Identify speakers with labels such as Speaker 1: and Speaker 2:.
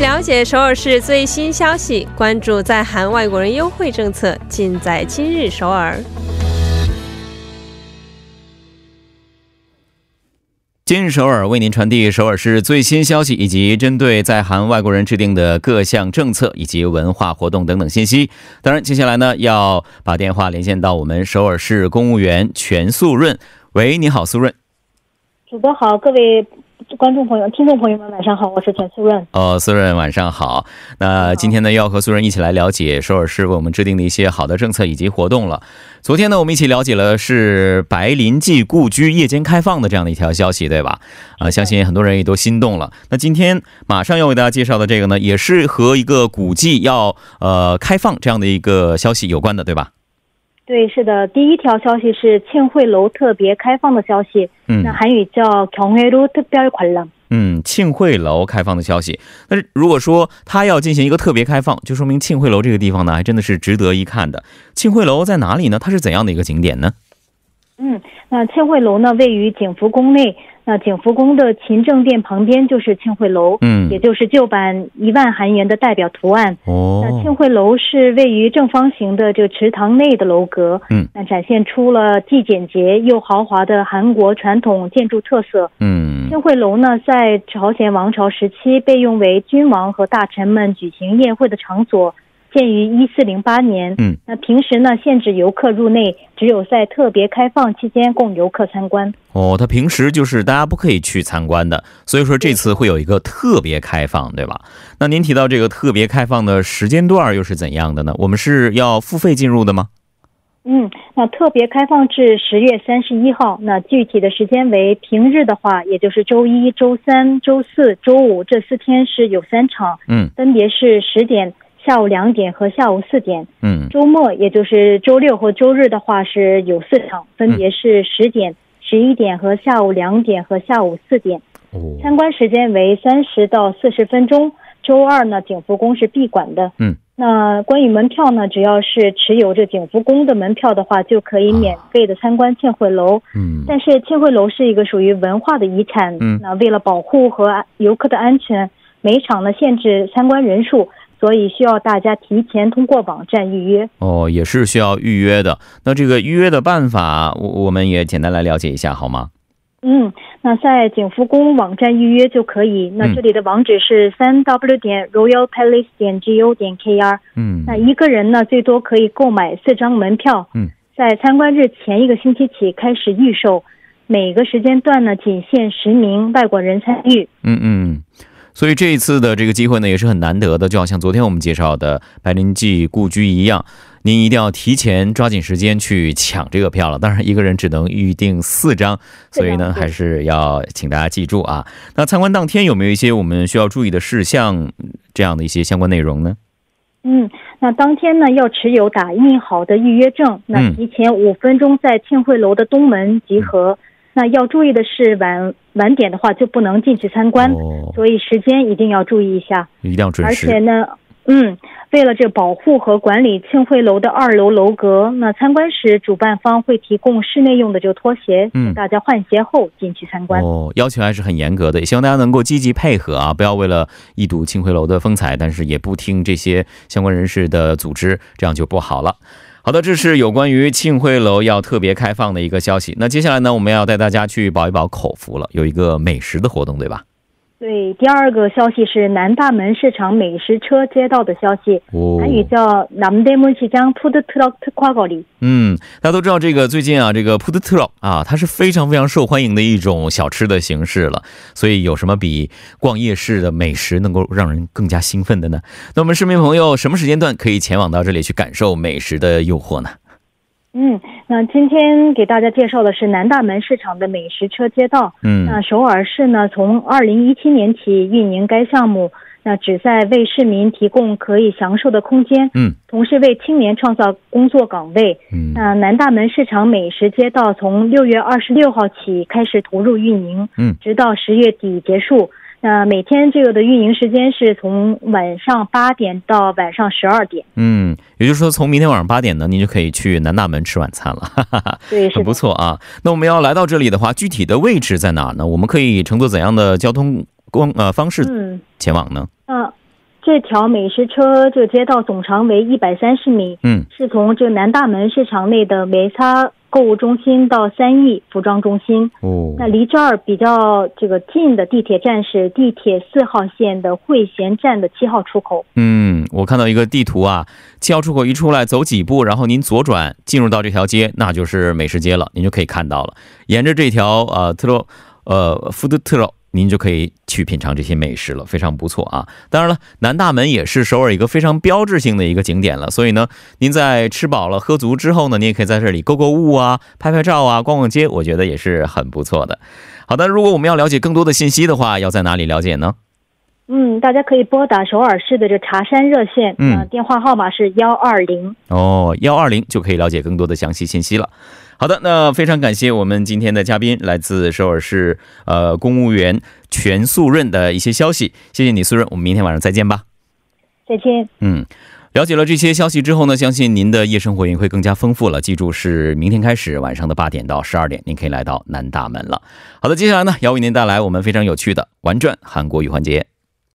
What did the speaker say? Speaker 1: 了解首尔市最新消息，关注在韩外国人优惠政策，尽在今日首尔。
Speaker 2: 今日首尔为您传递首尔市最新消息，以及针对在韩外国人制定的各项政策以及文化活动等等信息。当然，接下来呢，要把电话连线到我们首尔市公务员全素润。喂，你好，素润。
Speaker 3: 主播好，各位观众朋友、听众朋友们，晚上好，我是全素润。
Speaker 2: 哦，素润，晚上好。那今天呢，要和素润一起来了解首尔市为我们制定的一些好的政策以及活动了。昨天呢，我们一起了解了是白林记故居夜间开放的这样的一条消息，对吧？啊，相信很多人也都心动了。那今天马上要为大家介绍的这个呢，也是和一个古迹要呃开放这样的一个消息有关的，对吧？
Speaker 3: 对，是的，第一条消息是庆惠楼特别开放的消息，
Speaker 2: 嗯
Speaker 3: 那韩语叫경회로특별관람。
Speaker 2: 嗯，庆惠楼开放的消息。但是如果说它要进行一个特别开放，就说明庆惠楼这个地方呢，还真的是值得一看的。庆惠楼在哪里呢？它是怎样的一个景点呢？
Speaker 3: 嗯，那庆惠楼呢，位于景福宫内，那景福宫的勤政殿旁边就是庆惠楼，
Speaker 2: 嗯
Speaker 3: 也，就是旧版一万韩元的代表图案。那呃庆
Speaker 2: 哦，
Speaker 3: 惠楼是位于正方形的这个池塘内的楼阁，
Speaker 2: 嗯，
Speaker 3: 那展现出了既简洁又豪华的韩国传统建筑特色。
Speaker 2: 嗯
Speaker 3: 庆惠楼呢，在朝鲜王朝时期被用为君王和大臣们举行宴会的场所，建于一四零八年。
Speaker 2: 嗯，
Speaker 3: 那平时呢，限制游客入内，只有在特别开放期间供游客参观。
Speaker 2: 哦，它平时就是大家不可以去参观的，所以说这次会有一个特别开放，对吧？那您提到这个特别开放的时间段又是怎样的呢？我们是要付费进入的吗？
Speaker 3: 嗯，那特别开放至十月三十一号，那具体的时间为平日的话，也就是周一周三、周四周五这四天是有三场，
Speaker 2: 嗯
Speaker 3: 分别是十点、下午两点和下午四点。
Speaker 2: 嗯
Speaker 3: 周末，也就是周六和周日的话是有四场，
Speaker 2: 嗯
Speaker 3: 分别是十点、十一点和下午两点和下午四点。
Speaker 2: 哦
Speaker 3: 参观时间为三十到四十分钟。周二呢，景福宫是闭馆的。
Speaker 2: 嗯，
Speaker 3: 那关于门票呢，只要是持有这景福宫的门票的话，就可以免费的参观庆惠楼。
Speaker 2: 嗯
Speaker 3: 但是庆惠楼是一个属于文化的遗产，
Speaker 2: 嗯
Speaker 3: 那为了保护和游客的安全，每场呢限制参观人数，所以需要大家提前通过网站预约。
Speaker 2: 哦，也是需要预约的。那这个预约的办法，我我们也简单来了解一下好吗？
Speaker 3: 嗯，那在景福宫网站预约就可以。
Speaker 2: 嗯
Speaker 3: 那这里的网址是三 w 点 royal palace 点 g o 点 k r。
Speaker 2: 嗯
Speaker 3: 那一个人呢，最多可以购买四张门票。
Speaker 2: 嗯，
Speaker 3: 在参观日前一个星期起开始预售，每个时间段呢仅限十名外国人参与。
Speaker 2: 嗯嗯。所以这一次的这个机会呢，也是很难得的，就好像昨天我们介绍的白林记故居一样，您一定要提前抓紧时间去抢这个票了。当然，一个人只能预定四张，
Speaker 3: 四张
Speaker 2: 所以呢，
Speaker 3: 对
Speaker 2: 还是要请大家记住啊。那参观当天有没有一些我们需要注意的事项，这样的一些相关内容呢？
Speaker 3: 嗯，那当天呢要持有打印好的预约证，那
Speaker 2: 嗯
Speaker 3: 提前五分钟在庆惠楼的东门集合。
Speaker 2: 嗯
Speaker 3: 那要注意的是晚晚点的话就不能进去参观。
Speaker 2: 哦，
Speaker 3: 所以时间一定要注意一下。
Speaker 2: 一定要准
Speaker 3: 而且
Speaker 2: 时。
Speaker 3: 呢，嗯，为了这保护和管理庆惠楼的二楼楼阁，那参观时主办方会提供室内用的这个拖鞋，
Speaker 2: 嗯
Speaker 3: 请大家换鞋后进去参观。
Speaker 2: 哦，要求还是很严格的，也希望大家能够积极配合啊，不要为了一睹庆辉楼的风采，但是也不听这些相关人士的组织，这样就不好了。好的，这是有关于庆辉楼要特别开放的一个消息。那接下来呢，我们要带大家去饱一饱口福了，有一个美食的活动，对吧？
Speaker 3: 对，第二个消息是南大门市场美食车街道的消息，
Speaker 2: 哦
Speaker 3: 韩语叫南대문시장푸드트럭특화거리。
Speaker 2: 嗯，大家都知道这个最近啊，这个 p u d t r o 啊，它是非常非常受欢迎的一种小吃的形式了。所以有什么比逛夜市的美食能够让人更加兴奋的呢？那我们市民朋友什么时间段可以前往到这里去感受美食的诱惑呢？
Speaker 3: 嗯，那今天给大家介绍的是南大门市场的美食车街道。那
Speaker 2: 嗯
Speaker 3: 首尔市呢，从二零一七年起运营该项目，那旨在为市民提供可以享受的空间，
Speaker 2: 嗯
Speaker 3: 同时为青年创造工作岗位。
Speaker 2: 嗯
Speaker 3: 那南大门市场美食街道从六月二十六号起开始投入运营，
Speaker 2: 嗯，
Speaker 3: 直到十月底结束。那每天这个的运营时间是从晚上八点到晚上十二点。
Speaker 2: 嗯，也就是说从明天晚上八点呢，您就可以去南大门吃晚餐了，哈哈哈，
Speaker 3: 对，是
Speaker 2: 很
Speaker 3: 的
Speaker 2: 不。错啊。那我们要来到这里的话，具体的嗯位置在哪呢？我们可以乘坐怎样的交通光呃方式
Speaker 3: 嗯，
Speaker 2: 前往呢？
Speaker 3: 那这条美食车这街道总长为一百三十米，
Speaker 2: 嗯，
Speaker 3: 是从这南大门市场内的美擦购物中心到三义服装中心。
Speaker 2: 哦，
Speaker 3: 那离这儿比较这个近的地铁站是地铁四号线的会贤站的七号出口。
Speaker 2: 嗯，我看到一个地图啊，七号出口一出来走几步，然后您左转进入到这条街，那就是美食街了，您就可以看到了。沿着这条呃特洛呃 food t r o 您就可以去品尝这些美食了，非常不错啊。当然了，南大门也是首尔一个非常标志性的一个景点了，所以呢，您在吃饱了喝足之后呢，您也可以在这里购购物啊、拍拍照啊、逛逛街，我觉得也是很不错的。好的，如果我们要了解更多的信息的话，要在哪里了解呢？
Speaker 3: 嗯，大家可以拨打首尔市的这茶山热线，
Speaker 2: 嗯
Speaker 3: 呃电话号码是幺二零。
Speaker 2: 哦，幺二零就可以了解更多的详细信息了。好的，那非常感谢我们今天的嘉宾，来自首尔市呃公务员全素润的一些消息，谢谢你素润，我们明天晚上再见吧。
Speaker 3: 再见。
Speaker 2: 嗯，了解了这些消息之后呢，相信您的夜生活也会更加丰富了。记住是明天开始晚上的八点到十二点，您可以来到南大门了。好的，接下来呢，要为您带来我们非常有趣的玩转韩国语环节。